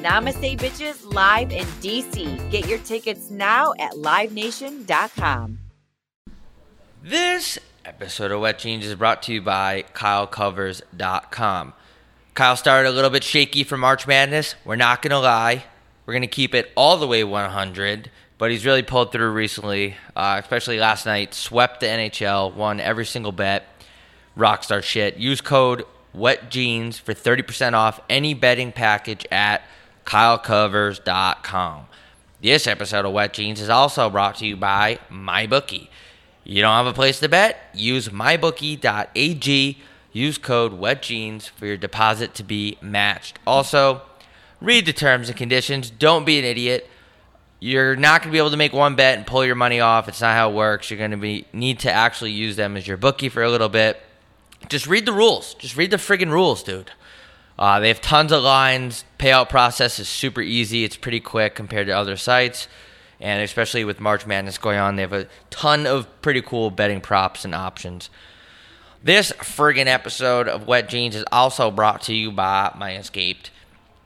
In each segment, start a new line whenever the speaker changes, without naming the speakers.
Namaste Bitches Live in DC. Get your tickets now at livenation.com.
This episode of Wet Jeans is brought to you by KyleCovers.com. Kyle started a little bit shaky for March Madness. We're not going to lie. We're going to keep it all the way 100, but he's really pulled through recently, uh, especially last night. Swept the NHL, won every single bet. Rockstar shit. Use code wet jeans for 30% off any betting package at kylecovers.com. This episode of Wet Jeans is also brought to you by MyBookie. You don't have a place to bet? Use mybookie.ag. Use code WETJEANS for your deposit to be matched. Also, read the terms and conditions. Don't be an idiot. You're not going to be able to make one bet and pull your money off. It's not how it works. You're going to be need to actually use them as your bookie for a little bit just read the rules. Just read the friggin' rules, dude. Uh, they have tons of lines. Payout process is super easy. It's pretty quick compared to other sites, and especially with March Madness going on, they have a ton of pretty cool betting props and options. This friggin' episode of Wet Jeans is also brought to you by Manscaped.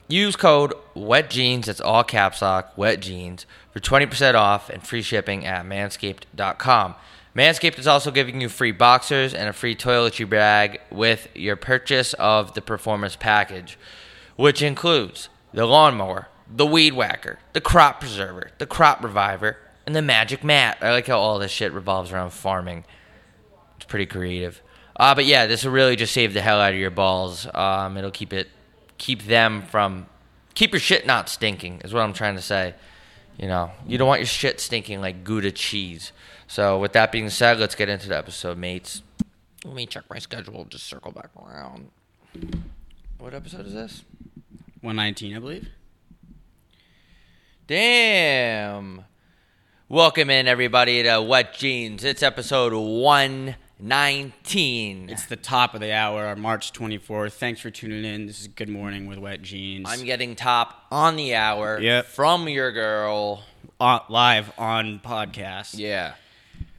Use code Wet Jeans. That's all caps lock. Wet Jeans for twenty percent off and free shipping at Manscaped.com. Manscaped is also giving you free boxers and a free toiletry bag with your purchase of the performance package, which includes the lawnmower, the weed whacker, the crop preserver, the crop reviver, and the magic mat. I like how all this shit revolves around farming. It's pretty creative. Uh, but yeah, this will really just save the hell out of your balls. Um, it'll keep it, keep them from, keep your shit not stinking. Is what I'm trying to say. You know, you don't want your shit stinking like Gouda cheese. So, with that being said, let's get into the episode, mates. Let me check my schedule, just circle back around. What episode is this?
119, I believe.
Damn. Welcome in, everybody, to Wet Jeans. It's episode 119.
It's the top of the hour, March 24th. Thanks for tuning in. This is Good Morning with Wet Jeans.
I'm getting top on the hour
Yep.
from your girl.
on, Uh, live on podcast.
Yeah.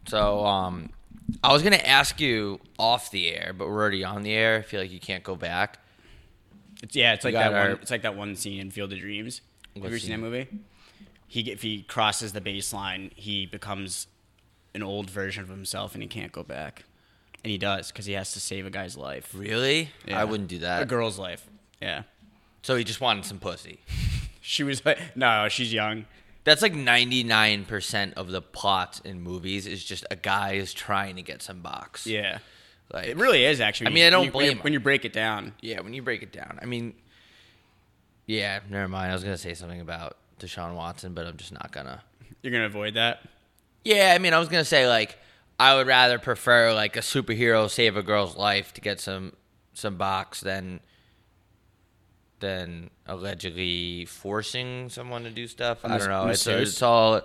So, um, I was gonna ask you off the air, but we're already on the air. I feel like you can't go back.
It's, yeah, it's like
got
that
our-
one. It's like that one scene in Field of Dreams. Have you
What
ever seen that
scene?
movie? He get- if he crosses the baseline, he becomes an old version of himself, and he can't go back. And he does because he has to save a guy's life,
Really?
Yeah.
I wouldn't do
a
that.
girl's life. Yeah,
So he just wanted some pussy.
she was like, no, she's young.
That's like 99% of the plots in movies is just a guy is trying to get some box.
Yeah,
Like,
it really is actually.
I
when
mean,
you-
I don't
when you- when you-
blame her.
when you break it down.
yeah, when you break it down. I mean, yeah, never mind. I was going to say something about Deshaun Watson, but I'm just not going to.
You're gonna avoid that.
Yeah, I mean, I was going to say, like, I would rather prefer, like, a superhero save a girl's life to get some some box than than allegedly forcing someone to do stuff. I
Mas-
don't know. It's,
masseuse?
it's all,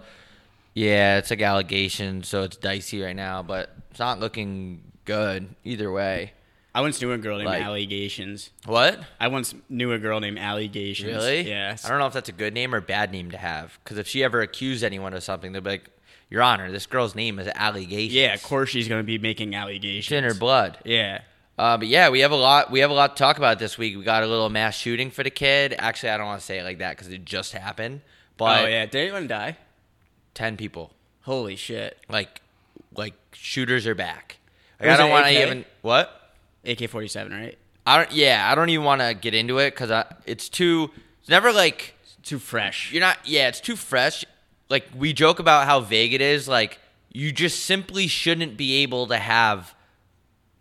yeah, it's like allegations, so it's dicey right now, but it's not looking good either way.
I once knew a girl named
Like-
Allegations.
What?
I once knew a girl named Allegations.
Really?
Yeah.
I don't know if that's a good name or a bad name to have, because if she ever accused anyone of something, they'd be like, Your Honor, this girl's name is allegations.
Yeah, of course she's gonna be making
It's in
allegations.
her blood.
Yeah.
Uh, but yeah, we have a lot. We have a lot to talk about this week. We got a little mass shooting for the kid. Actually, I don't want to say it like that because it just happened. But
oh yeah. Did anyone die?
ten people,
Holy shit.
like, like shooters are back. Like,
Was
I don't
it
want to
AK?
even what.
AK forty seven, right?
I don't. Yeah, I don't even want to get into it because it's too. It's never like
Too fresh.
you're not. Yeah, it's too fresh. Like we joke about how vague it is. Like you just simply shouldn't be able to have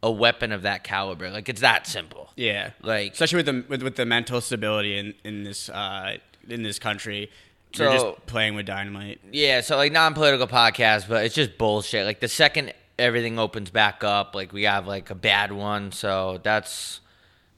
a weapon of that caliber. Like it's that simple.
Yeah.
Like
Especially with the with, with the mental stability in, in this uh in this country. you're
So-
just playing with dynamite.
Yeah, so like non-political podcast, but it's just bullshit. Like the second everything opens back up, like we have like a bad one, so that's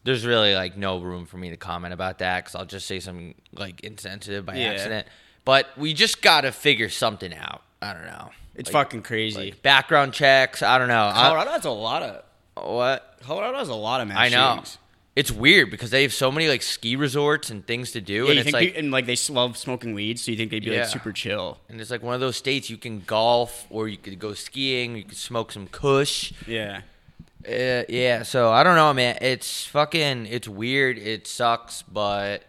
there's really like no room for me to comment about that because I'll just say something like insensitive by
Yeah.
accident. But we just gotta figure something out. I don't know.
It's
Like-
fucking crazy.
like background checks. I don't know. I-
Colorado has a lot of
what?
Colorado has a lot of mass
I know.
shootings.
It's weird because they have so many like ski resorts and things to do,
Yeah,
and
you
it's
think
like
pe- and like they s- love smoking weed, so you think they'd be
Yeah.
like super chill.
and it's like one of those states you can golf or you could go skiing, you could smoke some kush.
Yeah.
Uh, yeah, so I don't know, man. It's fucking, it's weird. It sucks, but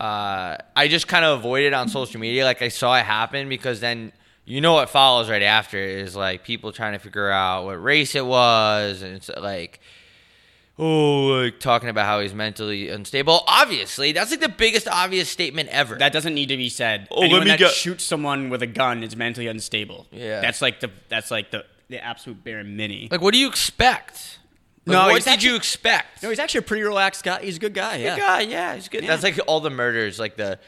uh, I just kind of avoid it on social media. Like I saw it happen because then you know what follows right after is like people trying to figure out what race it was, and it's like, oh, like talking about how he's mentally unstable. Obviously, that's like the biggest obvious statement ever.
That doesn't need to be said.
Oh, let
Anyone
me
that
go-
shoots someone with a gun is mentally unstable.
Yeah.
That's like the that's like the, the absolute bare mini.
like, what do you expect? Like,
No,
what
he's
did
actually-
you expect?
no, he's actually a pretty relaxed guy. He's a good guy. Yeah.
Good guy, yeah, he's good. That's like all the murders, like the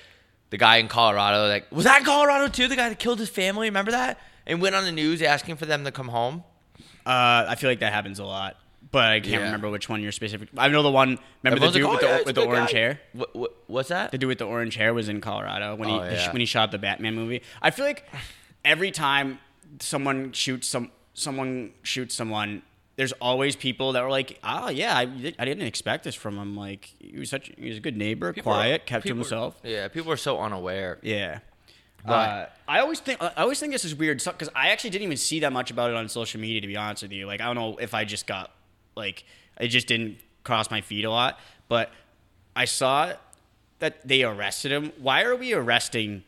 the guy in Colorado, like was that in Colorado too? The guy that killed his family, remember that? And went on the news asking for them to come home.
Uh, I feel like that happens a lot, but I can't
Yeah.
remember which one you're specific. I know the one. Remember the
Everyone's
dude
like, "Oh,
with the,
yeah, he's
with
a
the
good guy."
orange hair?
What, what, what's that?
The dude with the orange hair was in Colorado when he
Oh, yeah.
when he shot the Batman movie. I feel like every time someone shoots some someone shoots someone, there's always people that were like, "Oh yeah, I, I didn't expect this from him. Like he was such he was a good neighbor,
People are-
quiet, kept to
people are-
himself."
yeah, people are so unaware.
Yeah. Uh,
Right.
I always think I always think this is weird because I actually didn't even see that much about it on social media. To be honest with you, like I don't know if I just got like it just didn't cross my feed a lot, but I saw that they arrested him. Why are we arresting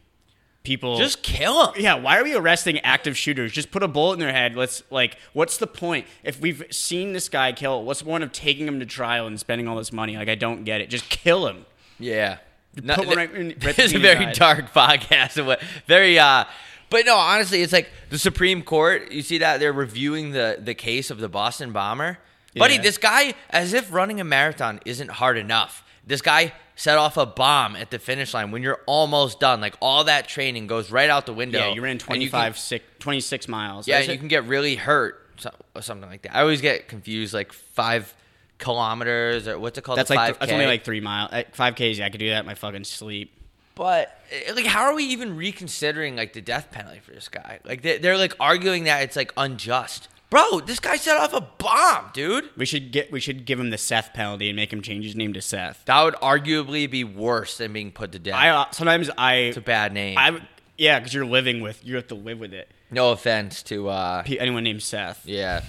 people?
Just kill him.
yeah. Why are we arresting active shooters? Just put a bullet in their head. Let's like, what's the point if we've seen this guy kill? What's the point of taking him to trial and spending all this money? Like I don't get it. Just kill him.
Yeah. No,
put
th-
right in- right
this is a
between
very
your eyes.
dark podcast. and what- Very, uh, but no, honestly, it's like the Supreme Court. You see that they're reviewing the the case of the Boston bomber, buddy.
Yeah.
This guy, as if running a marathon isn't hard enough. This guy set off a bomb at the finish line when you're almost done. Like all that training goes right out the window.
Yeah, you ran
and
25, six, 26 miles.
yeah,
That's
and
it.
you can get really hurt so- or something like that. I always get confused, like five kilometers or what's it called?
That's
the
like th-
5K?
that's only like three miles. Five Ks. Yeah, I could do that in my fucking sleep.
But eh, like, how are we even reconsidering like the death penalty for this guy? Like they- they're like arguing that it's like unjust, bro. This guy set off a bomb, dude.
We should get we should give him the Seth penalty and make him change his name to Seth.
That would arguably be worse than being put to death.
I uh, sometimes I
it's a bad name.
I yeah, because you're living with you have to live with it.
no offense to uh,
P- anyone named Seth.
yeah.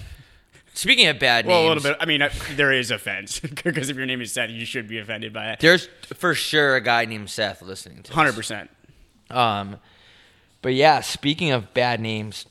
Speaking of bad
Well,
names,
a little bit. I mean, uh, there is offense because if your name is Seth, you should be offended by it.
There's for sure a guy named Seth listening to this.
Hundred percent.
Um, but yeah, speaking of bad names,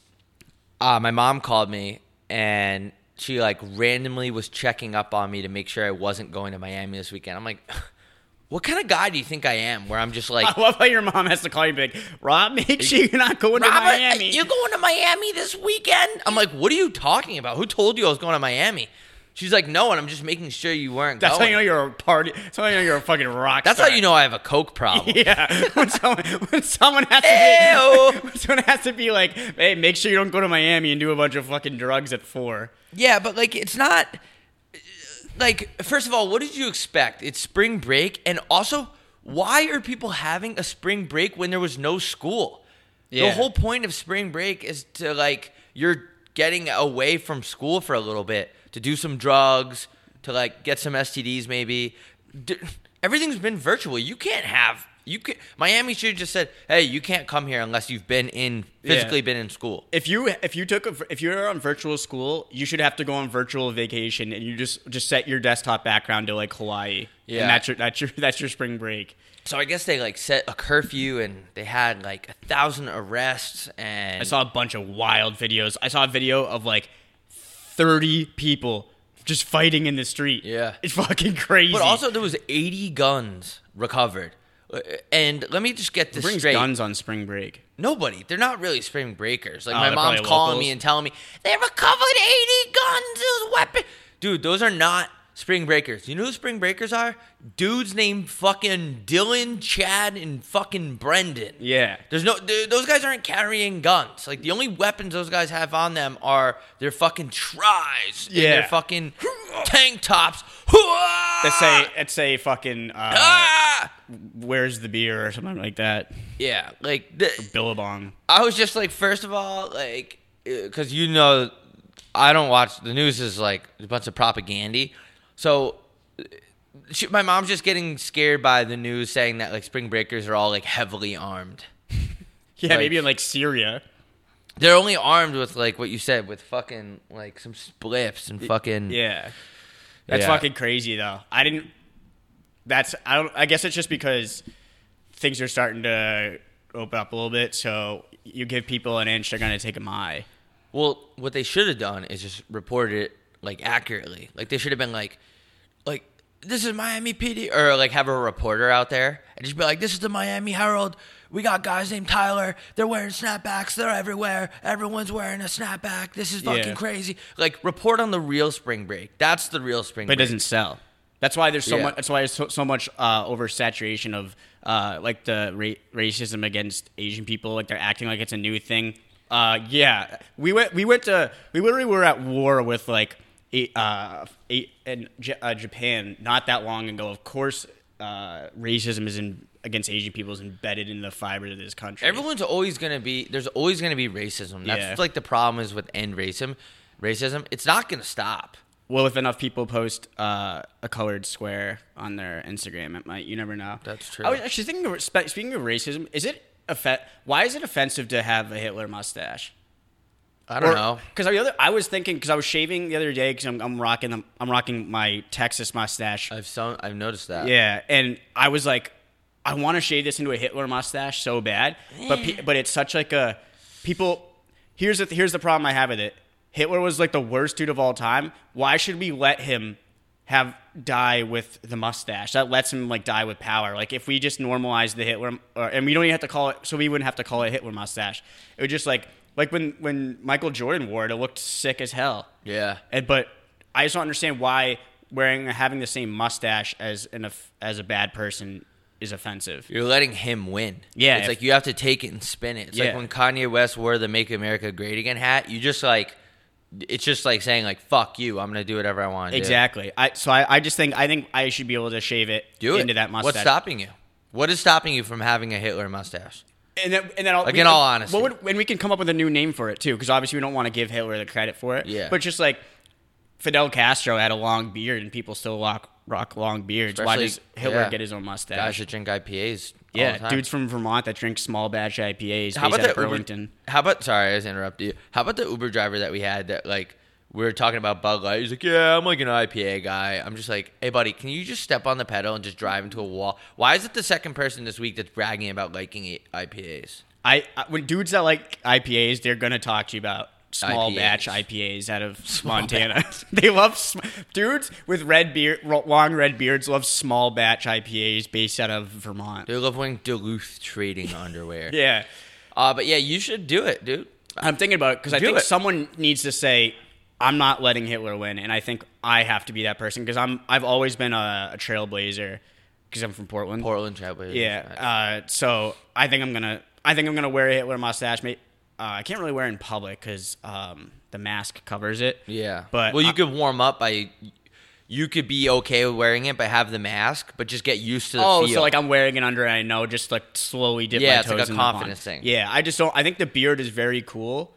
uh, my mom called me and she like randomly was checking up on me to make sure I wasn't going to Miami this weekend. I'm like, what kind of guy do you think I am? Where I'm just like,
I love how your mom has to call you and be like, Rob, make sure you're not going to
Robert,
Miami.
you going to Miami this weekend? I'm like, what are you talking about? Who told you I was going to Miami? She's like, no, and I'm just making sure you weren't
that's how
going.
you know you're a party. That's how you know you're a fucking rock.
Oh. That's
star.
how you know I have a coke problem.
Yeah, when someone when someone has to
Ew.
be when someone has to be like, hey, make sure you don't go to Miami and do a bunch of fucking drugs at four.
Yeah, but like it's not like first of all, what did you expect? It's spring break and also why are people having a spring break when there was no school?
Yeah.
The whole point of spring break is to like you're getting away from school for a little bit to do some drugs, to like get some STDs maybe. D- Everything's been virtual. You can't have you can Miami should have just said, "Hey, you can't come here unless you've been in physically been in school."
If you if you took a, if you're on virtual school, you should have to go on virtual vacation and you just just set your desktop background to like Hawaii.
Yeah.
and that's your that's your that's your spring break.
So I guess they like set a curfew and they had like a thousand arrests and
I saw a bunch of wild videos. I saw a video of like thirty people just fighting in the street.
Yeah.
it's fucking crazy.
but also there was 80 guns recovered. Uh, And let me just get
Who
this
brings
straight.
guns on spring break.
Nobody. They're not really spring breakers. Like
Oh,
my
they're
mom's
probably
calling
locals.
me and telling me they recovered 80 guns as weapon. Dude, those are not spring breakers. You know who spring breakers are? Dudes named fucking Dylan, Chad, and fucking Brendan.
Yeah,
There's no th- those guys aren't carrying guns. Like the only weapons those guys have on them are their fucking tries and their
Yeah.
fucking tank tops. Hoo-ah!
that say that say fucking uh,
Ah!
where's the beer or something like that.
Yeah, like th-
Billabong.
I was just like, first of all, like, because you know, I don't watch the news is like a bunch of propaganda. So uh, she, my mom's just getting scared by the news saying that like spring breakers are all like heavily armed.
Yeah,
Like-
maybe in like Syria.
They're only armed with like what you said with fucking like some spliffs and fucking
Yeah. That's
Yeah.
fucking crazy though. I didn't that's I don't I guess it's just because things are starting to open up a little bit, so you give people an inch, they're gonna take a mile.
Well, what they should have done is just reported it like accurately. Like they should have been like, like this is Miami PD, or like have a reporter out there and just be like, this is the Miami Herald. We got guys named Tyler. They're wearing snapbacks. They're everywhere. Everyone's wearing a snapback. This is fucking
Yeah.
crazy. Like report on the real spring break. That's the real spring
But it
break.
doesn't sell. That's why there's so
Yeah.
much. That's why there's so, so much uh, oversaturation of uh, like the ra- racism against Asian people. Like they're acting like it's a new thing. Uh, yeah, we went. We went to. We literally were at war with like eight, uh, eight, and J- uh, Japan not that long ago. Of course, uh, racism is in against Asian people is embedded in the fibers of this country.
Everyone's always gonna be there's always gonna be racism. That's
Yeah.
like the problem is with end racism. Racism. It's not gonna stop.
well, if enough people post uh, a colored square on their Instagram, it might. You never know.
That's
I
true.
was actually thinking of spe- speaking of racism. Is it offe- Why is it offensive to have a Hitler mustache?
I don't know.
Because I, I was thinking because I was shaving the other day because I'm, I'm rocking the, I'm rocking my Texas mustache.
I've so, I've noticed that.
yeah, and I was like, I want to shave this into a Hitler mustache so bad, but pe- but it's such like a people. Here's the here's the problem I have with it. Hitler was like the worst dude of all time. Why should we let him have die with the mustache? That lets him like die with power. Like if we just normalize the Hitler, or, and we don't even have to call it, so we wouldn't have to call it Hitler mustache. It would just like like when when Michael Jordan wore it, it looked sick as hell.
Yeah.
And, but I just don't understand why wearing having the same mustache as an off- as a bad person is offensive.
You're letting him win.
Yeah,
It's
if-
like you have to take it and spin it. It's
Yeah.
like when Kanye West wore the Make America Great Again hat, you just like it's just like saying like fuck you, I'm gonna do whatever I want to
Exactly. I so I, I just think I think I should be able to shave it,
do. Do it.
into that mustache.
What's stopping you? What is stopping you from having a Hitler mustache?
And then, and then I'll,
Like,
we
in
can-
all honesty.
what would, and we can come up with a new name for it too, because obviously we don't want to give Hitler the credit for it.
Yeah.
But just like Fidel Castro had a long beard, and people still rock rock long beards. Why
Especially-
does Hitler
yeah.
get his own mustache?
Guys that drink IPAs. all the
yeah,
time.
dudes from Vermont that drink small batch IPAs
How about
based out
the
of Burlington.
Uber, How about sorry, I was interrupting you. How about the Uber driver that we had that like we were talking about Bud Light? He's like, yeah, I'm like an IPA guy. I'm just like, hey buddy, can you just step on the pedal and just drive into a wall? Why is it the second person this week that's bragging about liking E, I- IPAs?
I, I when dudes that like IPAs, they're gonna talk to you about small
IPAs.
batch IPAs out of Montana. they love sm- dudes with red beard, ro- long red beards love small batch IPAs based out of Vermont.
They love wearing Duluth trading underwear.
Yeah,
Uh, but yeah, you should do it, dude.
I'm thinking about it because I
Do
think
it.
someone needs to say. I'm not letting Hitler win, and I think I have to be that person because I'm. I've always been a, a trailblazer because I'm from Portland.
Portland Trailblazers.
Yeah. Uh, so I think I'm gonna. I think I'm gonna wear a Hitler mustache. Mate, uh, I can't really wear it in public because um, the mask covers it.
yeah.
But
well, you
I-
could warm up by. You could be okay with wearing it, but have the mask, but just get used to the
Oh,
feel.
so like I'm wearing it under. I know, just like slowly dip
Yeah,
my
it's
toes
like a
in the pond.
confidence thing.
Yeah, I just don't. I think the beard is very cool.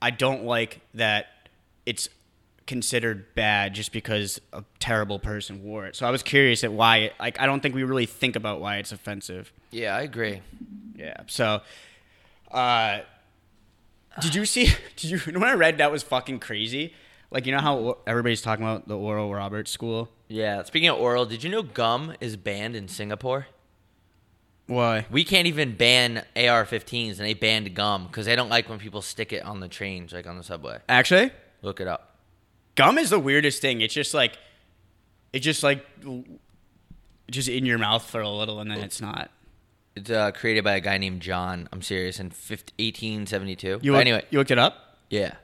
I don't like that it's considered bad just because a terrible person wore it. So I was curious at why. It, like I don't think we really think about why it's offensive.
yeah, I agree.
Yeah. So, uh, did you see? Did you? When I read that was fucking crazy. Like you know how everybody's talking about the Oral Roberts School.
Yeah. Speaking of oral, did you know gum is banned in Singapore?
Why?
We can't even ban AR-15s, and they banned gum because they don't like when people stick it on the trains, like on the subway.
Actually,
Look it up.
gum is the weirdest thing. It's just like, it's just like, just in your mouth for a little, and then it's not.
It's uh, created by a guy named John. I'm serious. In 15, 1872.
You
But
look,
anyway,
you looked it up.
yeah.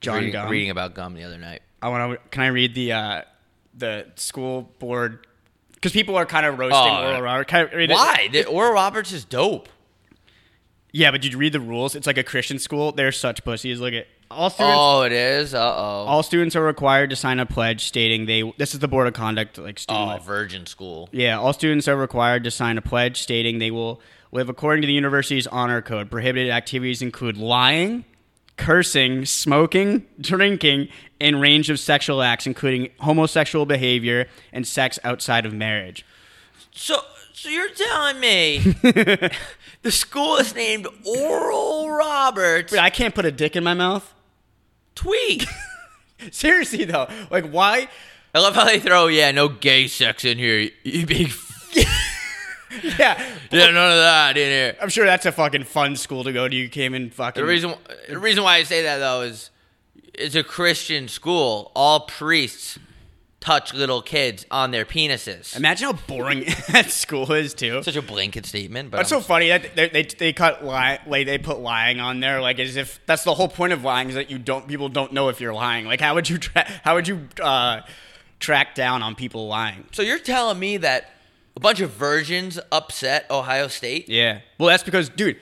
John
reading,
Gum?
Reading about gum the other night.
I want to. Can I read the uh, the school board? Because people are kind of roasting
Oh,
Oral Roberts. Can I read it?
Why? The Oral Roberts is dope.
Yeah, but did you read the rules? It's like a Christian school. They're such pussies. Look at all students.
Oh, it is. Uh oh.
All students are required to sign a pledge stating they. This is the board of conduct, like student.
Oh,
life.
virgin school.
Yeah, all students are required to sign a pledge stating they will live according to the university's honor code. Prohibited activities include lying, cursing, smoking, drinking, and range of sexual acts, including homosexual behavior and sex outside of marriage.
So, so you're telling me the school is named Oral Roberts
Dude, I can't put a dick in my mouth.
Tweet.
Seriously though, like why?
I love how they throw, yeah, no gay sex in here. You big. F-
Yeah,
yeah, none of that in here.
I'm sure that's a fucking fun school to go to. You came in fucking.
The reason the reason why I say that though is it's a Christian school. All priests touch little kids on their penises.
Imagine how boring that school is too.
such a blanket statement, but
That's so
I'm-
funny that they they, they cut lie, like they put lying on there like as if that's the whole point of lying is that you don't people don't know if you're lying. Like how would you tra- how would you uh, track down on people lying?
so you're telling me that a bunch of virgins upset Ohio State?
Yeah. Well, that's because dude,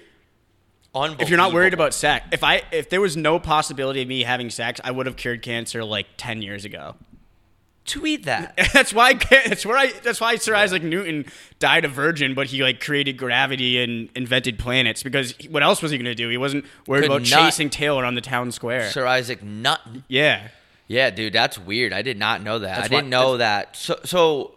Unbelievable.
if you're not worried about sex, if I if there was no possibility of me having sex, I would have cured cancer like 10 years ago.
tweet that.
that's why that's where I that's why Sir Isaac Newton died a virgin, but he like created gravity and invented planets because he- what else was he going to do? He wasn't worried
Could
about
not-
chasing Taylor on the town square.
Sir Isaac Nutton.
yeah.
Yeah, dude, that's weird. I did not know that. I
That's
didn't
why-
know that. So so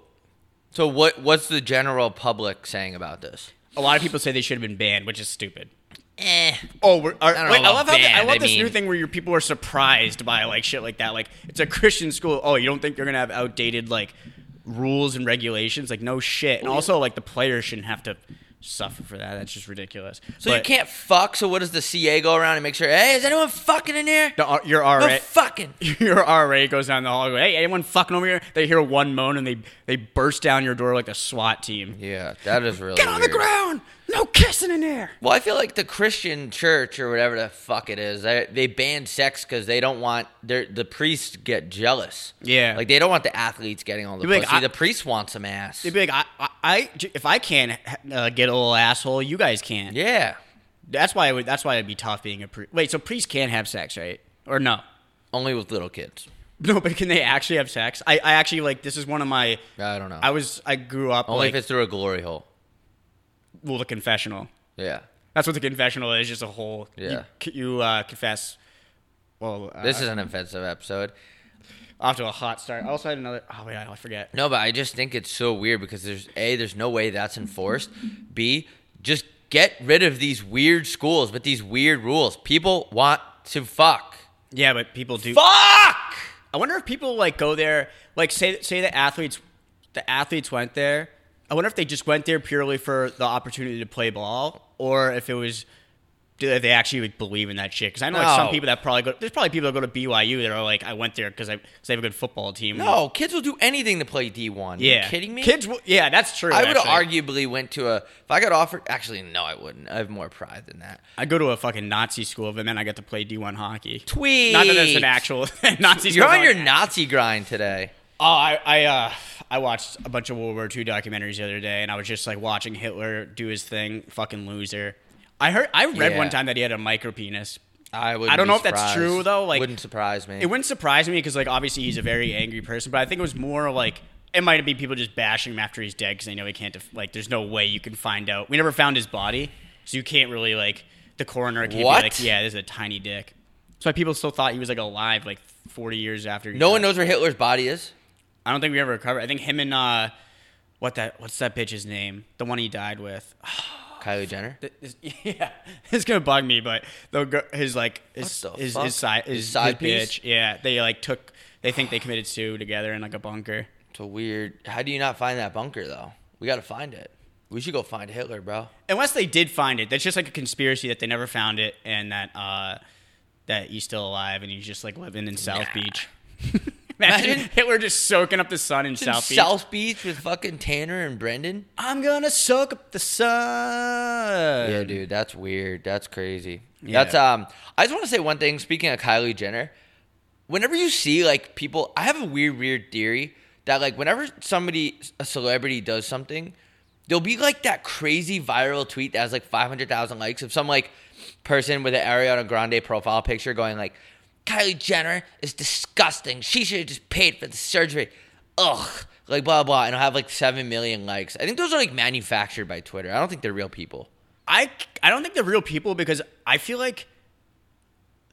so what what's the general public saying about this?
A lot of people say they should have been banned, which is stupid.
Eh.
Oh, we're, are,
don't know
wait, I
about
love how the- I
banned,
love
I
this new
mean-
thing where your people are surprised by like shit like that. Like it's a Christian school. Oh, you don't think you're gonna have outdated like rules and regulations? Like no shit. And also like the players shouldn't have to suffer for that. That's just ridiculous.
So you
But
can't fuck. So what does the CA go around and make sure? Hey, is anyone fucking in here?
The, R- your
No
RA,
fucking.
your RA goes down the hallway. Hey, anyone fucking over here? They hear one moan and they they burst down your door like the SWAT team.
Yeah, that is really.
Get on the
weird.
ground! No kissing in there.
Well, I feel like the Christian church or whatever the fuck it is, they, they ban sex because they don't want their the priests get jealous.
Yeah.
like they don't want the athletes getting all the
You'd be
pussy.
like, I-
the priest wants some ass.
They'd be like, I, I, I j- if I can't uh, get a little asshole, you guys can.
yeah,
That's why I would. That's why it'd be tough being a priest. Wait, so priests can have sex, right? Or no?
only with little kids.
No, but can they actually have sex? I, I actually like. This is one of my.
I don't know.
I was. I grew up
only
like
if it's through a glory hole.
well, the confessional.
Yeah,
That's what the confessional is. Just a whole. you-
Yeah.
You, uh, confess. Well, uh,
this is an offensive episode.
off to a hot start. I also had another. Oh wait, I forget.
No, but I just think it's so weird because there's a there's no way that's enforced. B just get rid of these weird schools with these weird rules. People want to fuck.
Yeah, but people do.
Fuck.
I wonder if people like go there, like say say the athletes, the athletes went there. I wonder if they just went there purely for the opportunity to play ball, or if it was do- if they actually like, believe in that shit. Because I know like some
No.
people that probably go. There's probably people that go to BYU that are like, I went there because I 'cause they have a good football team.
No, kids will do anything to play D one.
yeah,
you kidding me?
Kids, will, yeah, that's true.
I would have
actually.
arguably went to a if I got offered. Actually, no, I wouldn't. I have more pride than that.
I go to a fucking Nazi school, and then I get to play D1 hockey.
Tweet.
Not that it's an actual Nazi.
You're
school,
on
but,
your
like,
Nazi grind today.
Oh, I I, uh, I watched a bunch of World War II documentaries the other day, and I was just like watching Hitler do his thing. Fucking loser. I heard I read
Yeah.
one time that he had a micro penis.
I would.
I don't know if that's true, though, like-
wouldn't surprise me.
It wouldn't surprise me because like obviously he's a very angry person, but I think it was more like it might be people just bashing him after he's dead because they know he can't. Def- like, there's no way you can find out. We never found his body, so you can't really like the coroner can't
What?
be like, yeah, this is a tiny dick. That's why people still thought he was like alive like 40 years after. He
no
died.
one knows where Hitler's body is.
I don't think we ever recovered. I think him and uh, what that what's that bitch's name? The one he died with.
Kylie Jenner.
Th- this- yeah, it's gonna bug me, but the gir- his like his
What the
his,
fuck?
his side his,
His side
his
piece?
bitch. Yeah, they like took. They think they committed suicide together in like a bunker.
It's a weird. How do you not find that bunker though? We got to find it. We should go find Hitler, bro.
Unless they did find it, that's just like a conspiracy that they never found it, and that uh, that he's still alive and he's just like living in South Beach. Imagine,
Imagine-
Hitler just soaking up the sun in South Beach.
South Beach with fucking Tanner and Brendan.
I'm gonna soak up the sun.
Yeah, dude, that's weird. That's crazy.
Yeah.
That's um. I just want to say one thing. Speaking of Kylie Jenner, whenever you see like people, I have a weird, weird theory that like whenever somebody, a celebrity, does something, There'll be like that crazy viral tweet that has like 500,000 likes of some like person with an Ariana Grande profile picture going like, Kylie Jenner is disgusting. She should have just paid for the surgery. Ugh. Like blah blah, and I'll have like seven million likes. I think those are like manufactured by Twitter. I don't think they're real people.
I I don't think they're real people because I feel like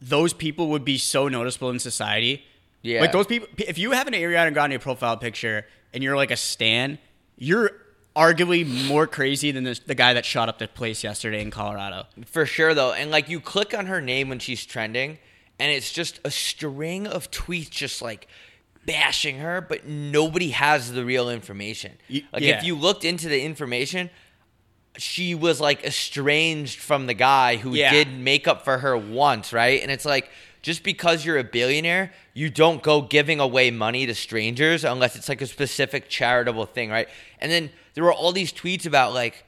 those people would be so noticeable in society.
Yeah.
Like those people if you have an Ariana Grande profile picture and you're like a stan, you're arguably more crazy than this, the guy that shot up the place yesterday in Colorado.
For sure, though. And like you click on her name when she's trending, and it's just a string of tweets just like bashing her, but nobody has the real information.
Y-
Like
yeah.
if you looked into the information, she was like estranged from the guy who
Yeah.
did make up for her once, right? And it's like just because you're a billionaire, you don't go giving away money to strangers unless it's like a specific charitable thing, right? And then there were all these tweets about like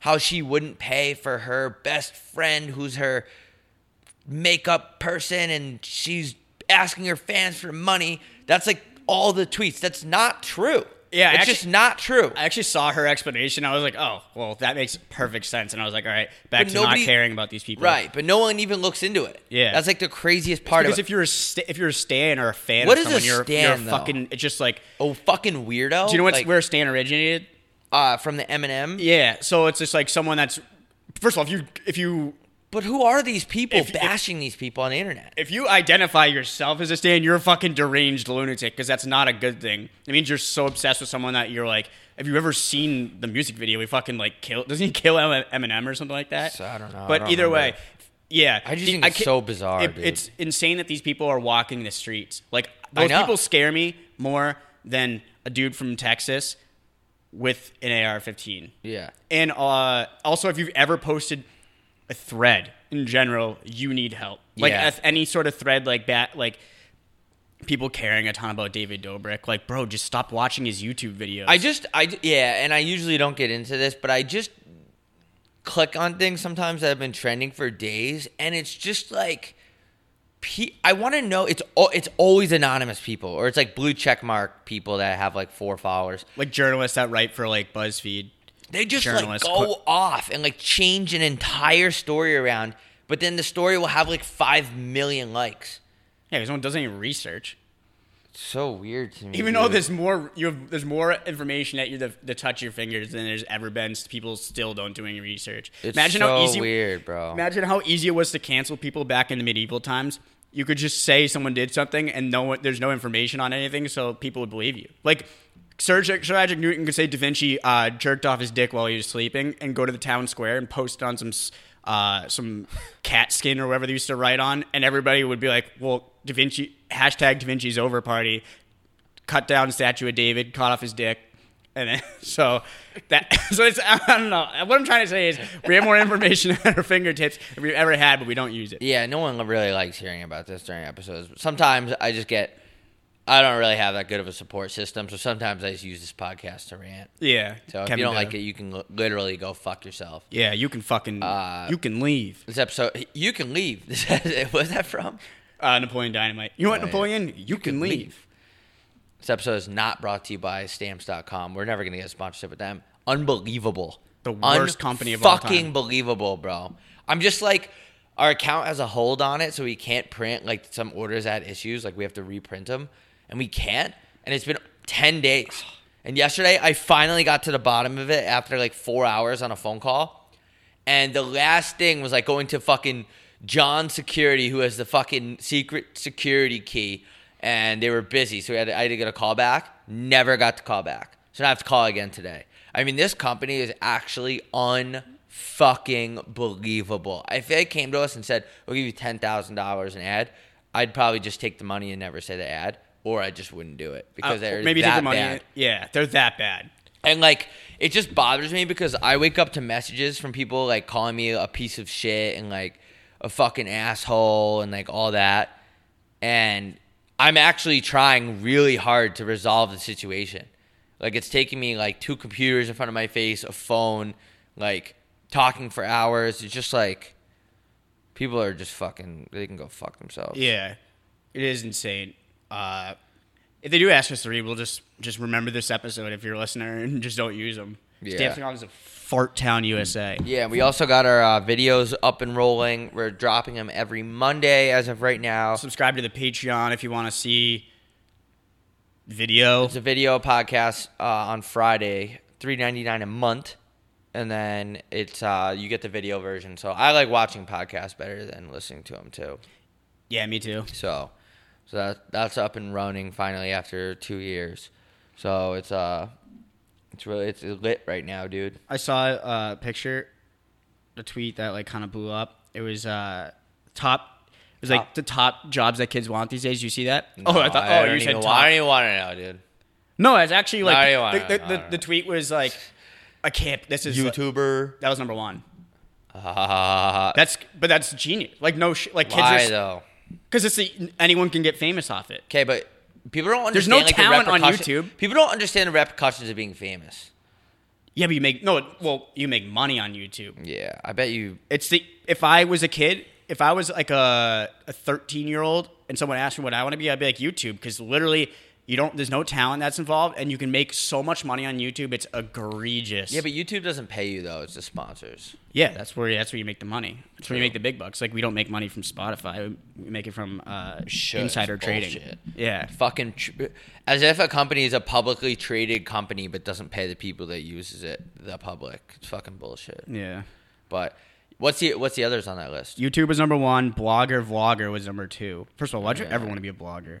how she wouldn't pay for her best friend who's her makeup person and she's asking her fans for money. That's like all the tweets. That's not true.
Yeah,
it's
actu-
just not true.
I actually saw her explanation. I was like, "Oh, well, that makes perfect sense." And I was like, "All right, back
But
to
nobody-
not caring about these people."
Right, but no one even looks into it.
Yeah.
that's like the craziest part
because
of
if
it.
you're a st- if you're a stan or a fan
What is
of
a
someone, you're,
stan,
you're
though?
a fucking it's just like
Oh, fucking weirdo!
do you know what's,
like,
where stan originated?
Uh, from the Eminem.
Yeah, so it's just like someone that's first of all, if you if you
But who are these people
If- if-
bashing these people on the internet?
if you identify yourself as a stan, you're a fucking deranged lunatic because that's not a good thing. It means you're so obsessed with someone that you're like. Have you ever seen the music video? He fucking like kill. Doesn't he kill M- Eminem or something like that?
So, I don't know. I
But
don't
either way,
remember.
yeah.
I just
The-
think it's
can't-
so bizarre, dude.
It's insane that these people are walking the streets. Like
I
those
know.
people scare me more than a dude from Texas with an AR-15.
yeah,
And uh, also, if you've ever posted a thread in general, you need help. Like
Yeah.
if any sort of thread like that, like people caring a ton about David Dobrik. Like, bro, just stop watching his YouTube videos.
I just, I yeah, and I usually don't get into this, but I just click on things sometimes that have been trending for days, and it's just like, pe- I want to know. It's al- it's always anonymous people, or it's like blue check mark people that have like four followers.
like journalists that write for like BuzzFeed.
They just like
journalists
go
put-
off and like change an entire story around, but then the story will have like five million likes.
Yeah, because no one does any research.
So weird to me.
Even though
dude.
there's more, you have there's more information at your the, the touch of your fingers than there's ever been. so People still don't do any research.
it's
imagine
so
how easy
weird, bro.
Imagine how easy it was to cancel people back in the medieval times. You could just say someone did something and no one, there's no information on anything, so people would believe you. Like Sir, Isaac- Sir Isaac Newton could say Da Vinci uh, jerked off his dick while he was sleeping and go to the town square and post it on some s- uh, some cat skin or whatever they used to write on, and everybody would be like, "Well, Da Vinci hashtag Da Vinci's over party." cut down statue of David, cut off his dick, and then so that so it's I don't know. What I'm trying to say is we have more information at our fingertips than we've ever had, but we don't use it.
Yeah, no one really likes hearing about this during episodes. Sometimes I just get, I don't really have that good of a support system, so sometimes I just use this podcast to rant.
Yeah.
So if
Kevin
you don't
Dillon.
like it, you can li- literally go fuck yourself.
yeah, you can fucking
uh,
you can leave.
This episode, you can leave. What's that from?
Uh, Napoleon Dynamite. You want
Oh, yeah.
Napoleon? You, can, leave.
This episode is not brought to you by stamps.com. We're never going to get a sponsorship with them. Unbelievable.
The worst company of all time.
Fucking believable, bro. I'm just like, our account has a hold on it, so we can't print like some orders had issues. Like we have to reprint them, and we can't. And it's been 10 days. And yesterday, I finally got to the bottom of it after like four hours on a phone call. And the last thing was like going to fucking John Security, who has the fucking secret security key, and they were busy, so we had to, I had to get a call back. Never got the call back, so now I have to call again today. I mean, this company is actually unfucking believable. If they came to us and said, "We'll give you ten thousand dollars an ad," I'd probably just take the money and never say the ad, or I just wouldn't do it
Uh,
because they're
maybe
that
take the money.
bad.
Yeah, they're that bad.
And like it just bothers me because I wake up to messages from people like calling me a piece of shit and like a fucking asshole and like all that. And I'm actually trying really hard to resolve the situation. Like it's taking me like two computers in front of my face, a phone, like talking for hours. It's just like people are just fucking they can go fuck themselves.
Yeah, it is insane. Uh, if they do ask us to read, we'll just just remember this episode if you're a listener and just don't use them. Yeah.
Yeah.
Stamping is a fart town, USA.
Yeah, we also got our uh, videos up and rolling. We're dropping them every Monday as of right now.
Subscribe to the Patreon if you want to see video.
It's a video podcast uh, on Friday, three ninety nine a month, and then it's uh, you get the video version. So I like watching podcasts better than listening to them too.
Yeah, me too.
So, so that that's up and running finally after two years. So it's uh, it's really it's lit right now, dude.
I saw uh, a picture, a tweet that like kind of blew up. It was uh top. It was
Top.
like the top jobs that kids want these days. You see that? oh,
No,
I thought. oh,
don't
you said
even,
top.
wa- I don't even want to know, dude.
No, it's actually like
I don't wanna-
the, the,
I
the,
don't
the tweet was like, I can't. This is
YouTuber.
that was number one.
Uh,
That's but that's genius. Like no, sh- like kids
why
are
though?
because it's the anyone can get famous off it.
Okay, but people don't
There's no
understand. like,
talent
the
on
repercussion-
YouTube.
People don't understand the repercussions of being famous.
Yeah, but you make no. Well, you make money on YouTube.
Yeah, I bet you.
It's the if I was a kid, if I was like a a 13 year old, and someone asked me what I want to be, I'd be like YouTube because literally you don't. There's no talent that's involved, and you can make so much money on YouTube. It's egregious.
Yeah, but YouTube doesn't pay you though. It's the sponsors.
yeah, that's where that's where you make the money. That's where you make the big bucks. Like we don't make money from Spotify. We make it from uh,
Shit,
insider
it's
trading.
bullshit.
Yeah.
Fucking, tr- as if a company is a publicly traded company but doesn't pay the people that uses it, the public. It's fucking bullshit.
Yeah.
But what's the what's the others on that list?
YouTube was number one. Blogger, vlogger was number two. First of all, why'd you ever want to be a blogger?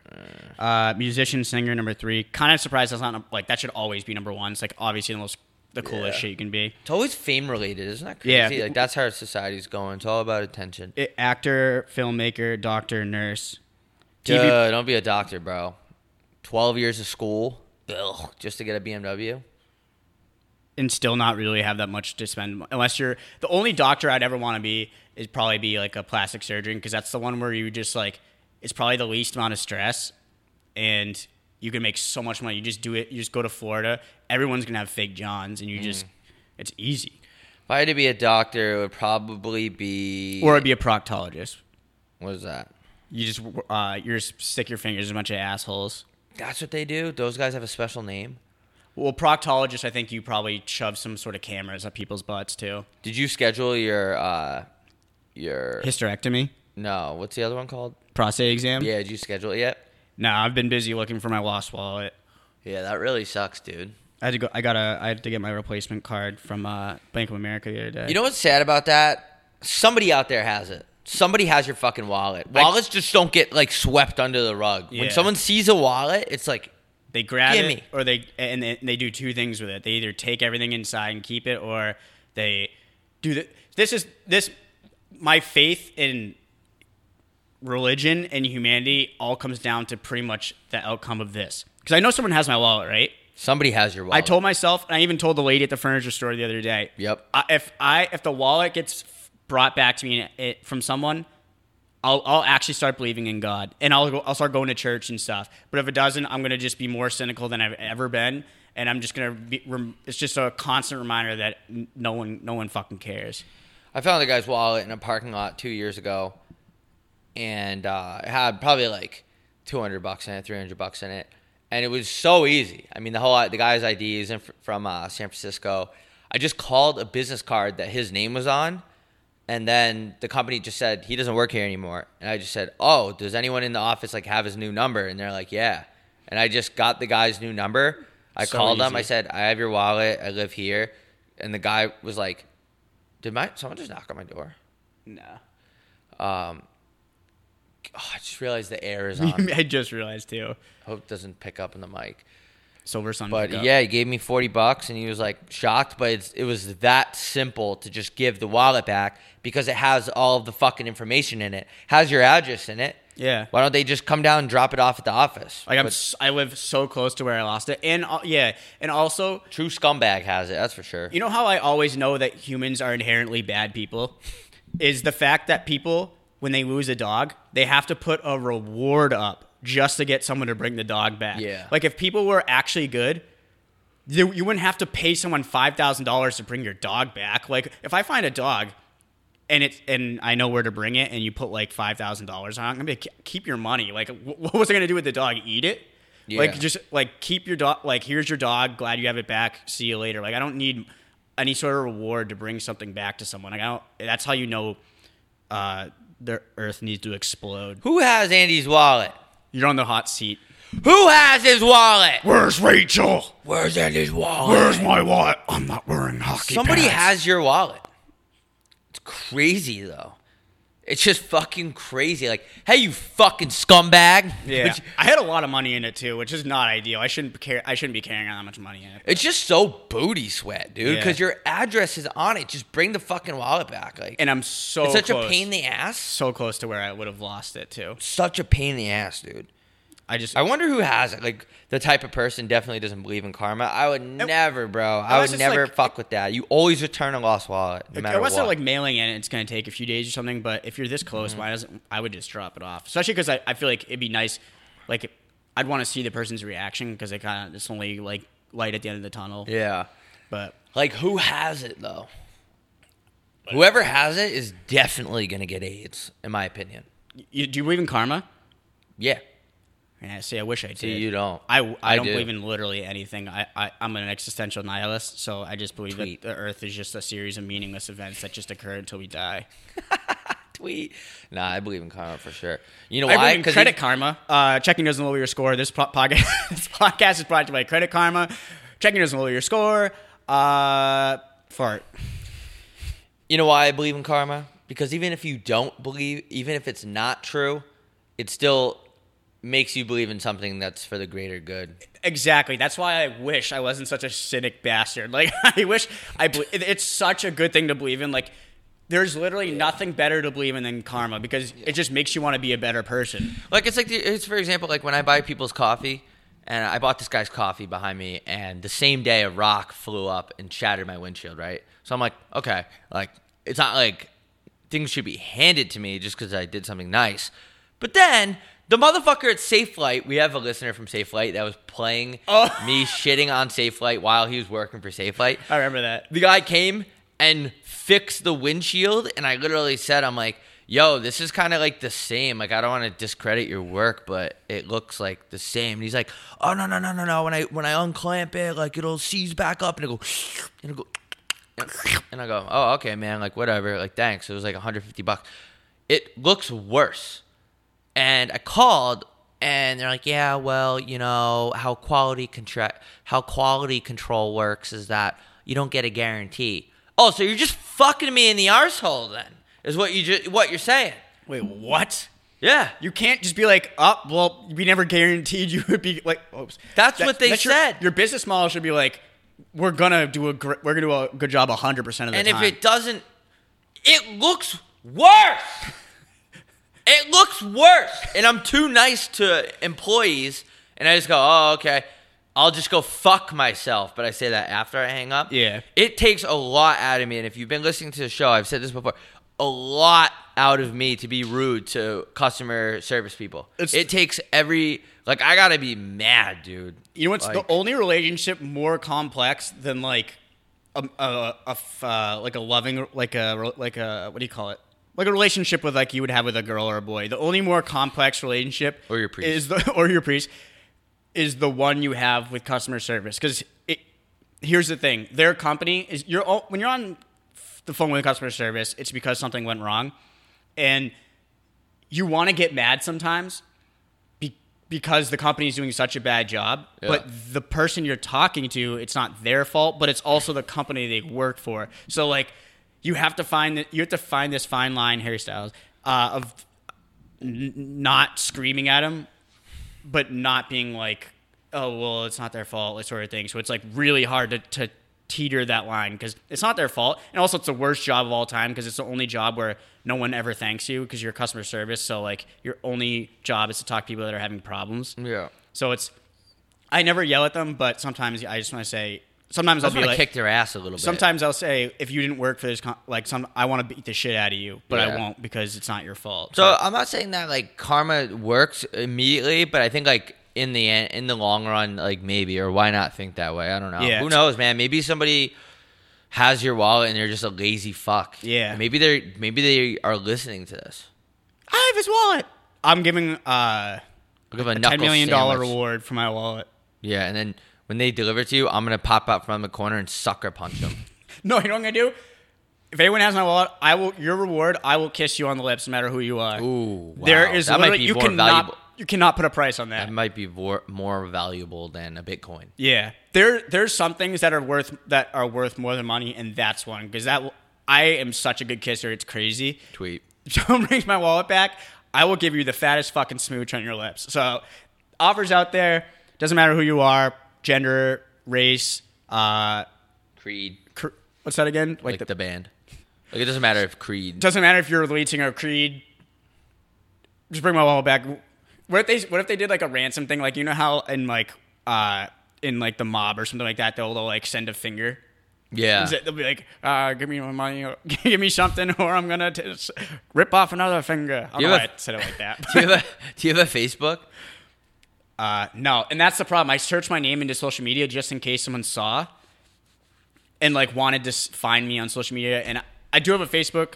Uh, musician, singer, number three. Kind of surprised that's not num- like that should always be number one. It's like obviously the most the coolest
Yeah.
shit you can be.
It's always fame related, isn't that
Yeah.
crazy? Like that's how our society's going. It's all about attention.
It- actor, filmmaker, doctor, nurse.
Dude,
TV
don't be a doctor, bro. Twelve years of school, ugh, just to get a BMW.
and still not really have that much to spend unless you're the only doctor I'd ever want to be is probably be like a plastic surgeon because that's the one where you just like it's probably the least amount of stress and you can make so much money. You just do it. You just go to Florida. Everyone's gonna have fake Johns, and you just it's easy.
If I had to be a doctor, it would probably be.
Or be a proctologist.
what is that?
You just uh, you just stick your fingers in a bunch of assholes.
That's what they do. Those guys have a special name.
Well, proctologist, I think you probably shove some sort of cameras up people's butts too.
Did you schedule your uh your
Hysterectomy,
no? What's the other one called?
prostate exam.
Yeah, did you schedule it yet?
No, I've been busy looking for my lost wallet.
Yeah, that really sucks, dude.
I had to go. I got a. I had to get my replacement card from uh, Bank of America the other day.
You know what's sad about that? Somebody out there has it. Somebody has your fucking wallet. Wallets just don't get like swept under the rug. When
Yeah.
someone sees a wallet, it's like
they grab it,
Gimme.
or they and they, and they do two things with it. They either take everything inside and keep it, or they do the. This is this. My faith in religion and humanity all comes down to pretty much the outcome of this. Because I know someone has my wallet, right?
somebody has your wallet.
I told myself, and I even told the lady at the furniture store the other day.
Yep.
I, if I if the wallet gets f- brought back to me it, from someone, I'll I'll actually start believing in God, and I'll go, I'll start going to church and stuff. But if it doesn't, I'm gonna just be more cynical than I've ever been, and I'm just gonna be. Rem, it's just a constant reminder that n- no one no one fucking cares.
I found the guy's wallet in a parking lot two years ago, and uh, it had probably like two hundred bucks in it, three hundred bucks in it, and it was so easy. I mean, the whole the guy's ID is in, fr- from uh, San Francisco. I just called a business card that his name was on, and then the company just said he doesn't work here anymore. And I just said, "Oh, does anyone in the office like have his new number?" And they're like, "Yeah." And I just got the guy's new number. I
So
called him.
easy.
I said, "I have your wallet. I live here," and the guy was like. Did my someone just knock on my door?
No,
Oh, I just realized the air is on.
I just realized too.
Hope it doesn't pick up in the mic.
Silver Sun.
But
pickup.
yeah, he gave me forty bucks, and he was like shocked. But it's, it was that simple to just give the wallet back because it has all of the fucking information in it, has your address in it.
Yeah.
Why don't they just come down and drop it off at the office?
Like I'm,
But
s I live so close to where I lost it, and uh, yeah, and also
true scumbag has it. That's for sure.
You know how I always know that humans are inherently bad people? Is the fact that people, when they lose a dog, they have to put a reward up just to get someone to bring the dog back.
Yeah.
Like if people were actually good, you, you wouldn't have to pay someone $5,000 to bring your dog back. Like if I find a dog and it's and I know where to bring it and you put like $5,000 on it, I'm going to keep your money. Like wh- what was I going to do with the dog? Eat it? Like
Yeah.
just like keep your dog. Like here's your dog. Glad you have it back. See you later. Like I don't need any sort of reward to bring something back to someone. Like I don't. That's how you know uh, the Earth needs to explode.
Who has Andy's wallet?
You're on the hot seat.
Who has his wallet?
Where's Rachel?
Where's Andy's wallet?
Where's my wallet? I'm not wearing hockey
Somebody has your wallet. It's crazy though. It's just fucking crazy. Like, hey, you fucking scumbag.
Yeah,
Which-
I had a lot of money in it too, which is not ideal. I shouldn't care. I shouldn't be carrying that much money in it.
It's just so booty sweat, dude.
Yeah.
Because your address is on it. Just bring the fucking wallet back. Like,
And I'm so
it's such a
close-
pain in the ass.
So close to where I would have lost it too.
Such a pain in the ass, dude.
I just
I wonder who has it. Like, the type of person definitely doesn't believe in karma. I would never, bro. I
unless
would
it's
never
like-
fuck with that. You always return a lost wallet, no matter
unless
what. Mm-hmm.
they're like mailing in, it's gonna take a few days or something. But if you're this close, why doesn't I would just drop it off? Especially because I, I feel like it'd be nice, like I'd want to see the person's reaction because they kind of it's only like light at the end of the tunnel.
yeah.
But
Like, who has it though? Whoever has it is definitely gonna get AIDS, in my opinion.
you, do you believe in karma?
Yeah.
Yeah. See, I wish I did.
See, you don't.
I, I,
I
don't
do.
believe in literally anything. I, I, I'm an existential nihilist, so I just believe
Tweet.
that the earth is just a series of meaningless events that just occur until we die.
Tweet. Nah, I believe in karma for sure. You know
I
why?
believe in Credit Karma. Uh, checking doesn't lower your score. This, po- podcast, this podcast is brought to you by Credit Karma. Checking doesn't lower your score. Uh, fart.
You know why I believe in karma? Because even if you don't believe, even if it's not true, it still makes you believe in something that's for the greater good.
Exactly. That's why I wish I wasn't such a cynic bastard. Like I wish I. Ble- it- it's such a good thing to believe in. Like there's literally nothing better to believe in than karma because it just makes you want to be a better person.
Like it's like the, it's for example, like when I buy people's coffee, and I bought this guy's coffee behind me, and the same day a rock flew up and shattered my windshield. Right, so I'm like, okay, like it's not like things should be handed to me just because I did something nice. But then the motherfucker at Safe Flight, we have a listener from Safe Flight that was playing me shitting on Safe Flight while he was working for Safe Flight.
I remember that.
The guy came and fixed the windshield, and I literally said, "I'm like, yo, this is kind of like the same. Like, I don't want to discredit your work, but it looks like the same." And he's like, "Oh no, no, no, no, no! When I when I unclamp it, like it'll seize back up, and it'll go, and it'll go." And I go, oh, okay, man, like whatever, like thanks. It was like 150 bucks. It looks worse. And I called, and they're like, yeah, well, you know how quality contra- how quality control works is that you don't get a guarantee. Oh, so you're just fucking me in the arsehole then? Is what you just what you're saying?
Wait, what?
Yeah.
You can't just be like, oh, well, we never guaranteed you would be like. Oops.
That's what they
your-
said.
Your, business model should be like, we're gonna do a gr- we're gonna do a good job hundred percent of the
And
time.
if it doesn't, it looks worse. it looks worse. And I'm too nice to employees, and I just go, oh, okay. I'll just go fuck myself. But I say that after I hang up.
Yeah.
It takes a lot out of me. And if you've been listening to the show, I've said this before a lot out of me to be rude to customer service people.
It's-
it takes every, like, I gotta be mad, dude.
you know, it's
Like-
the only relationship more complex than like a, a, a f- uh, like a loving like a re- like a what do you call it? Like a relationship with like you would have with a girl or a boy. The only more complex relationship
Or your priest.
is the or your priest is the one you have with customer service because it here's the thing their company is you're all, when you're on f- the phone with customer service it's because something went wrong and you want to get mad sometimes be, because the company's doing such a bad job
Yeah.
but the person you're talking to it's not their fault but it's also the company they work for so like you have to find that you have to find this fine line harry styles uh, of n- not screaming at him but not being like, oh well, it's not their fault, that sort of thing. So it's like really hard to, to teeter that line because it's not their fault, and also it's the worst job of all time because it's the only job where no one ever thanks you because you're customer service. So like your only job is to talk to people that are having problems.
Yeah.
So it's, I never yell at them, but sometimes I just want to say. Sometimes
I
I'll
just
be
wanna
like,
kick their ass a little bit.
sometimes I'll say, if you didn't work for this, con- like some, I want to beat the shit out of you, but I
Yeah.
won't because it's not your fault.
So I'm not saying that like karma works immediately, but I think like in the end, in the long run, like maybe or why not think that way? I don't know.
Yeah.
Who knows, man? Maybe somebody has your wallet and they're just a lazy fuck.
Yeah.
Maybe they're maybe they are listening to this.
I have his wallet. I'm giving uh
I'll give a,
A
knuckle
ten million dollar
sandwich.
reward for my wallet.
Yeah, and then when they deliver it to you, I'm gonna pop up from the corner and sucker punch them.
No, you know what I'm gonna do? If anyone has my wallet, I will your reward. I will kiss you on the lips, no matter who you are.
Ooh, wow.
there is
that might
literally-
be
you
more
cannot
valuable.
you cannot put a price on that.
That might be more, more valuable than a Bitcoin.
yeah, there there's some things that are worth that are worth more than money, and that's one because that will- I am such a good kisser. It's crazy.
Tweet.
Someone brings my wallet back, I will give you the fattest fucking smooch on your lips. So, offers out there. Doesn't matter who you are, gender, race. Uh,
Creed.
cr- what's that again?
Like, the, band. Like it doesn't matter if Creed.
doesn't matter if you're releasing a creed. Just bring my wallet back. What if they What if they did like a ransom thing? Like you know how in like uh in like the mob or something like that, they'll, they'll like send a finger.
yeah.
Is it- They'll be like, uh, "Give me my money, or give me something, or I'm gonna t- s- rip off another finger." I don't
You
know why
have-
I said it like that.
do you have a Do you have a Facebook?
Uh, no, and that's the problem. I searched my name into social media just in case someone saw, and like wanted to s- find me on social media. And I, I do have a Facebook,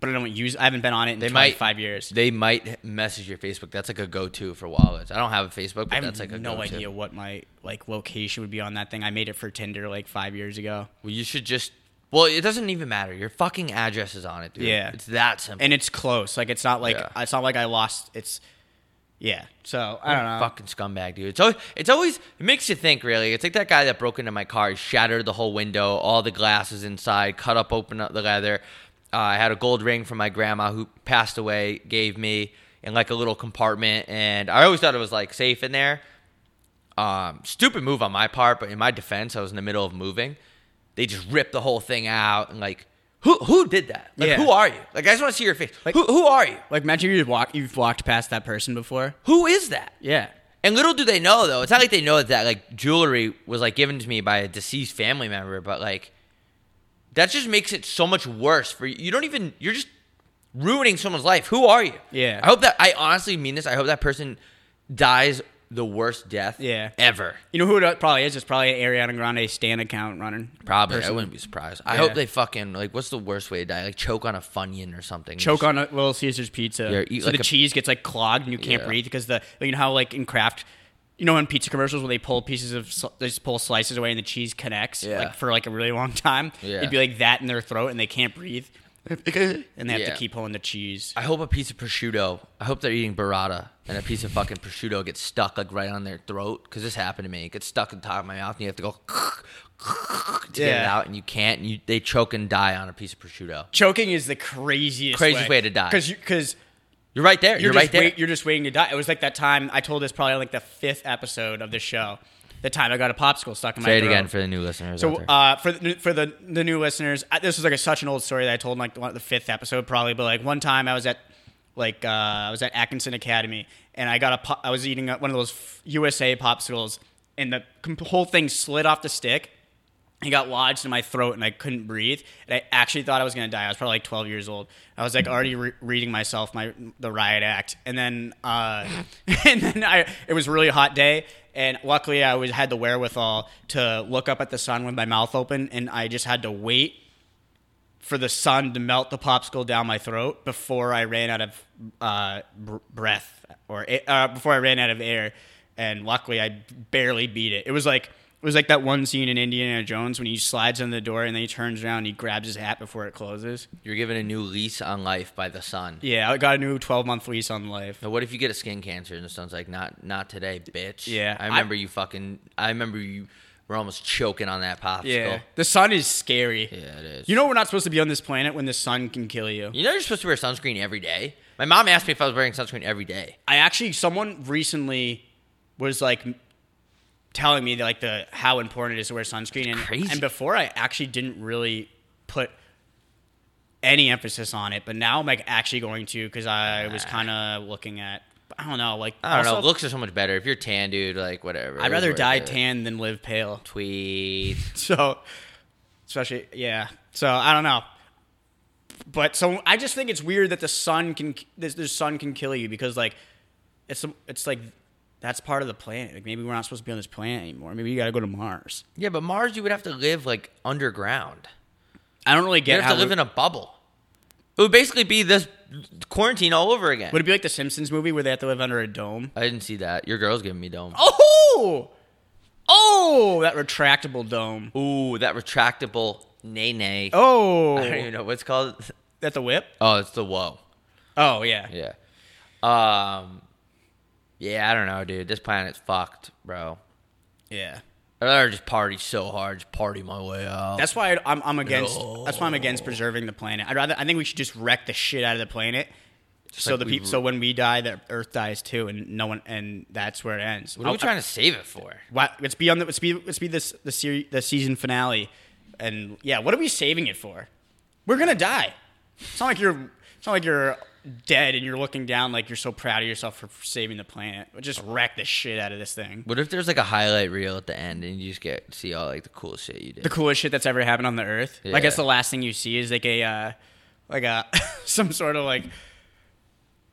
but I don't use. I haven't been on it in
They might
25 years.
They might message your Facebook. That's like a go-to for wallets. I don't have a Facebook, but
I have
that's like a
no
go-to.
idea what my like location would be on that thing. I made it for Tinder like five years ago,
Well, you should just. Well, it doesn't even matter. Your fucking address is on it, dude.
Yeah.
It's that simple.
and it's close. Like it's not like
Yeah.
it's not like I lost. It's yeah. So I don't know.
Fucking scumbag, dude. It's always, it's always it makes you think, really. It's like that guy that broke into my car, shattered the whole window, all the glasses inside, cut up, open up the leather. Uh, I had a gold ring from my grandma who passed away, gave me in like a little compartment, and I always thought it was like safe in there. Um, stupid move on my part, but in my defense, I was in the middle of moving. They just ripped the whole thing out and like, who who did that? Like,
Yeah.
who are you? Like, I just want to see your face. who who are you?
Like imagine you walk you've walked past that person before.
Who is that?
Yeah.
And little do they know, though, it's not like they know that, that like jewelry was like given to me by a deceased family member, but like that just makes it so much worse for you. You don't even you're just ruining someone's life. Who are you?
Yeah.
I hope that I honestly mean this. I hope that person dies the worst death
Yeah.
ever.
You know who it probably is? It's probably an Ariana Grande stan account running.
Probably. I
Person.
wouldn't be surprised. I
Yeah.
hope they fucking like what's the worst way to die? Like choke on a funyun or something.
Choke
Just-
on a Little Caesars pizza.
Yeah, eat
so
like
the
a-
cheese gets like clogged and you can't
Yeah.
breathe because the you know how like in craft, you know in pizza commercials where they pull pieces of sl- they just pull slices away and the cheese connects
Yeah.
like for like a really long time.
Yeah.
It'd be like that in their throat and they can't breathe, and they have
Yeah.
to keep pulling the cheese.
I hope a piece of prosciutto. I hope they're eating burrata, and a piece of fucking prosciutto gets stuck like right on their throat because this happened to me. It gets stuck in the top of my mouth, and you have to go to get it
Yeah.
out, and you can't. And you they choke and die on a piece of prosciutto.
Choking is the craziest
Craziest way to die.
because because.
You're right there. You're,
you're,
right
just
there.
Wait, you're just waiting to die. It was like that time I told this probably on, like the fifth episode of the show. The time I got a popsicle stuck in my
Say it
throat.
again for the new listeners. out
So
there.
uh, for the, for the the new listeners, I, this was like a, such an old story that I told in like the, one, the fifth episode probably, but like one time I was at like uh, I was at Atkinson Academy and I got a pop, I was eating a, one of those f- USA popsicles and the com- whole thing slid off the stick. It got lodged in my throat and I couldn't breathe. And I actually thought I was gonna die. I was probably like 12 years old. I was like already re- reading myself my the riot act, and then uh, and then I it was a really hot day, and luckily I was had the wherewithal to look up at the sun with my mouth open, and I just had to wait for the sun to melt the popsicle down my throat before I ran out of uh, br- breath or a- uh, before I ran out of air. And luckily, I barely beat it. It was like it was like that one scene in Indiana Jones when he slides in the door and then he turns around and he grabs his hat before it closes.
you're given a new lease on life by the sun.
Yeah, I got a new twelve month lease on life.
Now, what if you get a skin cancer and the sun's like, not not today, bitch?
Yeah,
I
I-
remember you fucking. I remember you were almost choking on that popsicle.
Yeah, the sun is scary.
Yeah, it is.
You know we're not supposed to be on this planet when the sun can kill you.
You know you're supposed to wear sunscreen every day. My mom asked me if I was wearing sunscreen every day.
I actually someone recently was like m- telling me that, like the how important it is to wear sunscreen and
crazy.
and before I actually didn't really put any emphasis on it, but now I'm like actually going to because I was kind of looking at I don't know like
Ah. I don't know.
also,
Looks are so much better. If you're tan, dude, like whatever.
I'd rather
Worth
die
it.
tan than live pale.
Tweet.
So, especially, yeah. So I don't know, but so I just think it's weird that the sun can this the sun can kill you because like it's it's like that's part of the planet. Like maybe we're not supposed to be on this planet anymore. Maybe you got to go to Mars.
Yeah, but Mars, you would have to live like underground.
I don't really
You
get
would
how
have to live in a bubble. It would basically be this quarantine all over again.
Would it be like the Simpsons movie where they have to live under a dome?
I didn't see that. Your girl's giving me dome.
Oh, oh, that retractable dome.
Ooh, that retractable nay nay.
Oh,
I don't even know what's called.
that the whip.
Oh, it's the whoa.
Oh yeah.
Yeah. Um. Yeah, I don't know, dude. This planet's fucked, bro.
yeah.
I'd rather just party so hard, just party my way out.
That's why I'd- I'm, I'm against. That's why I'm against preserving the planet. I'd rather. I think we should just wreck the shit out of the planet, so
like
the
we
people. So when we die, the Earth dies too, and no one. And that's where it ends.
what are we trying to save it for?
Why- let's be on the. Let's be. Let's be this the series the season finale, and yeah, what are we saving it for? We're gonna die. It's not like you're. It's not like you're dead and you're looking down like you're so proud of yourself for saving the planet. Just wreck the shit out of this thing.
What if there's like a highlight reel at the end and you just get see all like the cool shit you did?
the coolest shit that's ever happened on the earth. Like, I guess
Yeah.
the last thing you see is like a, uh, like a, some sort of like,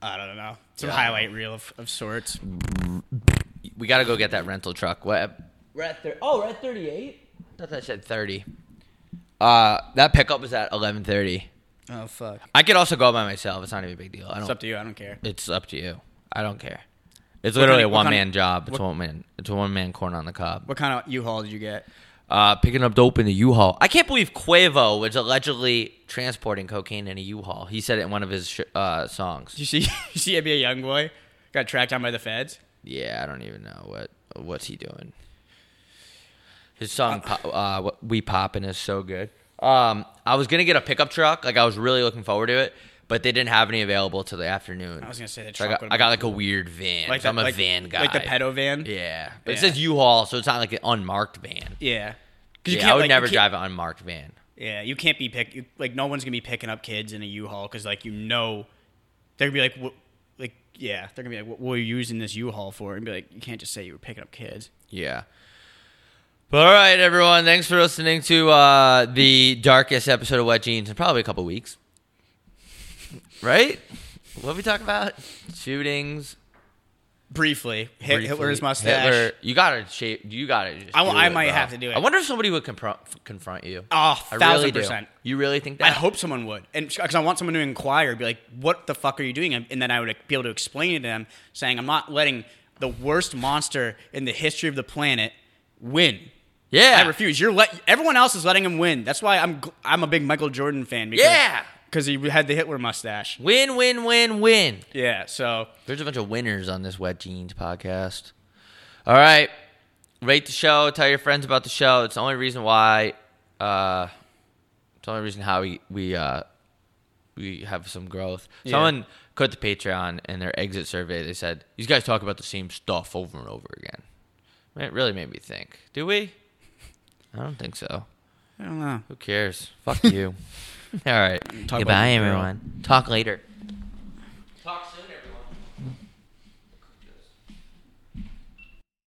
I don't know, some highlight reel of, of sorts.
we gotta go get that rental truck. What? We're at thir- oh, we're at thirty-eight. I thought that said thirty. Uh, that pickup was at eleven thirty.
Oh fuck!
I could also go by myself. It's not even a big deal. I don't.
It's up to you. I don't care.
It's up to you. I don't care. It's
kind
literally
of-
a
what
one
kind of-
man job. It's
what-
one man. It's a one man corn on the cob.
What kind of U-Haul did you get?
Uh, picking up dope in a U-Haul. I can't believe Quavo was allegedly transporting cocaine in a U-Haul. He said it in one of his sh- uh, songs.
Did you see? You see, be a young boy got tracked down by the feds.
Yeah, I don't even know what what's he doing. His song po- uh, what- "We Poppin'" is so good. Um, I was gonna get a pickup truck. Like I was really looking forward to it, but they didn't have any available till the afternoon.
I was gonna say the
So I
truck
got,
would've
I
been
got like a weird van.
Like
Like I'm
the-
a
like-
van guy.
like the pedo van?
Yeah, but it
Yeah.
says U-Haul, so it's not like an unmarked van.
Yeah. Because
Yeah, I would
like,
never
you can't-
drive an unmarked van.
Yeah, you can't be pick. You, like no one's gonna be picking up kids in a U-Haul because like you know, they're gonna be like, what, like yeah, they're gonna be like, what were you using this U-Haul for? And be like, you can't just say you were picking up kids.
Yeah. But all right, everyone. Thanks for listening to uh, the darkest episode of Wet Jeans in probably a couple weeks. Right? What we talk about? Shootings.
briefly, Hit-
briefly,
Hitler's mustache.
Hitler. You gotta shape. You gotta. Just
I wa-
do
I
it,
might
bro.
have to do it.
I wonder if somebody would confront confront you.
Oh,
I
thousand
really do.
percent.
You really think that?
I hope someone would, and because I want someone to inquire, be like, "What the fuck are you doing?" And then I would be able to explain to them, saying, "I'm not letting the worst monster in the history of the planet win.
Yeah.
I refuse. You're let everyone else is letting him win. That's why I'm gl- I'm a big Michael Jordan fan. Because,
Yeah.
because he had the Hitler mustache.
Win, win, win, win.
Yeah, so
There's a bunch of winners on this Wet Jeans podcast. All right. Rate the show. Tell your friends about the show. It's the only reason why. Uh, it's the only reason how we we uh, we have some growth. Someone cut the Patreon in their exit survey. They said these guys talk about the same stuff over and over again. It really made me think. Do we? I don't think so.
I don't know.
Who cares? Fuck you. All right.
Talk about
Goodbye,
your girl.
everyone. Talk later.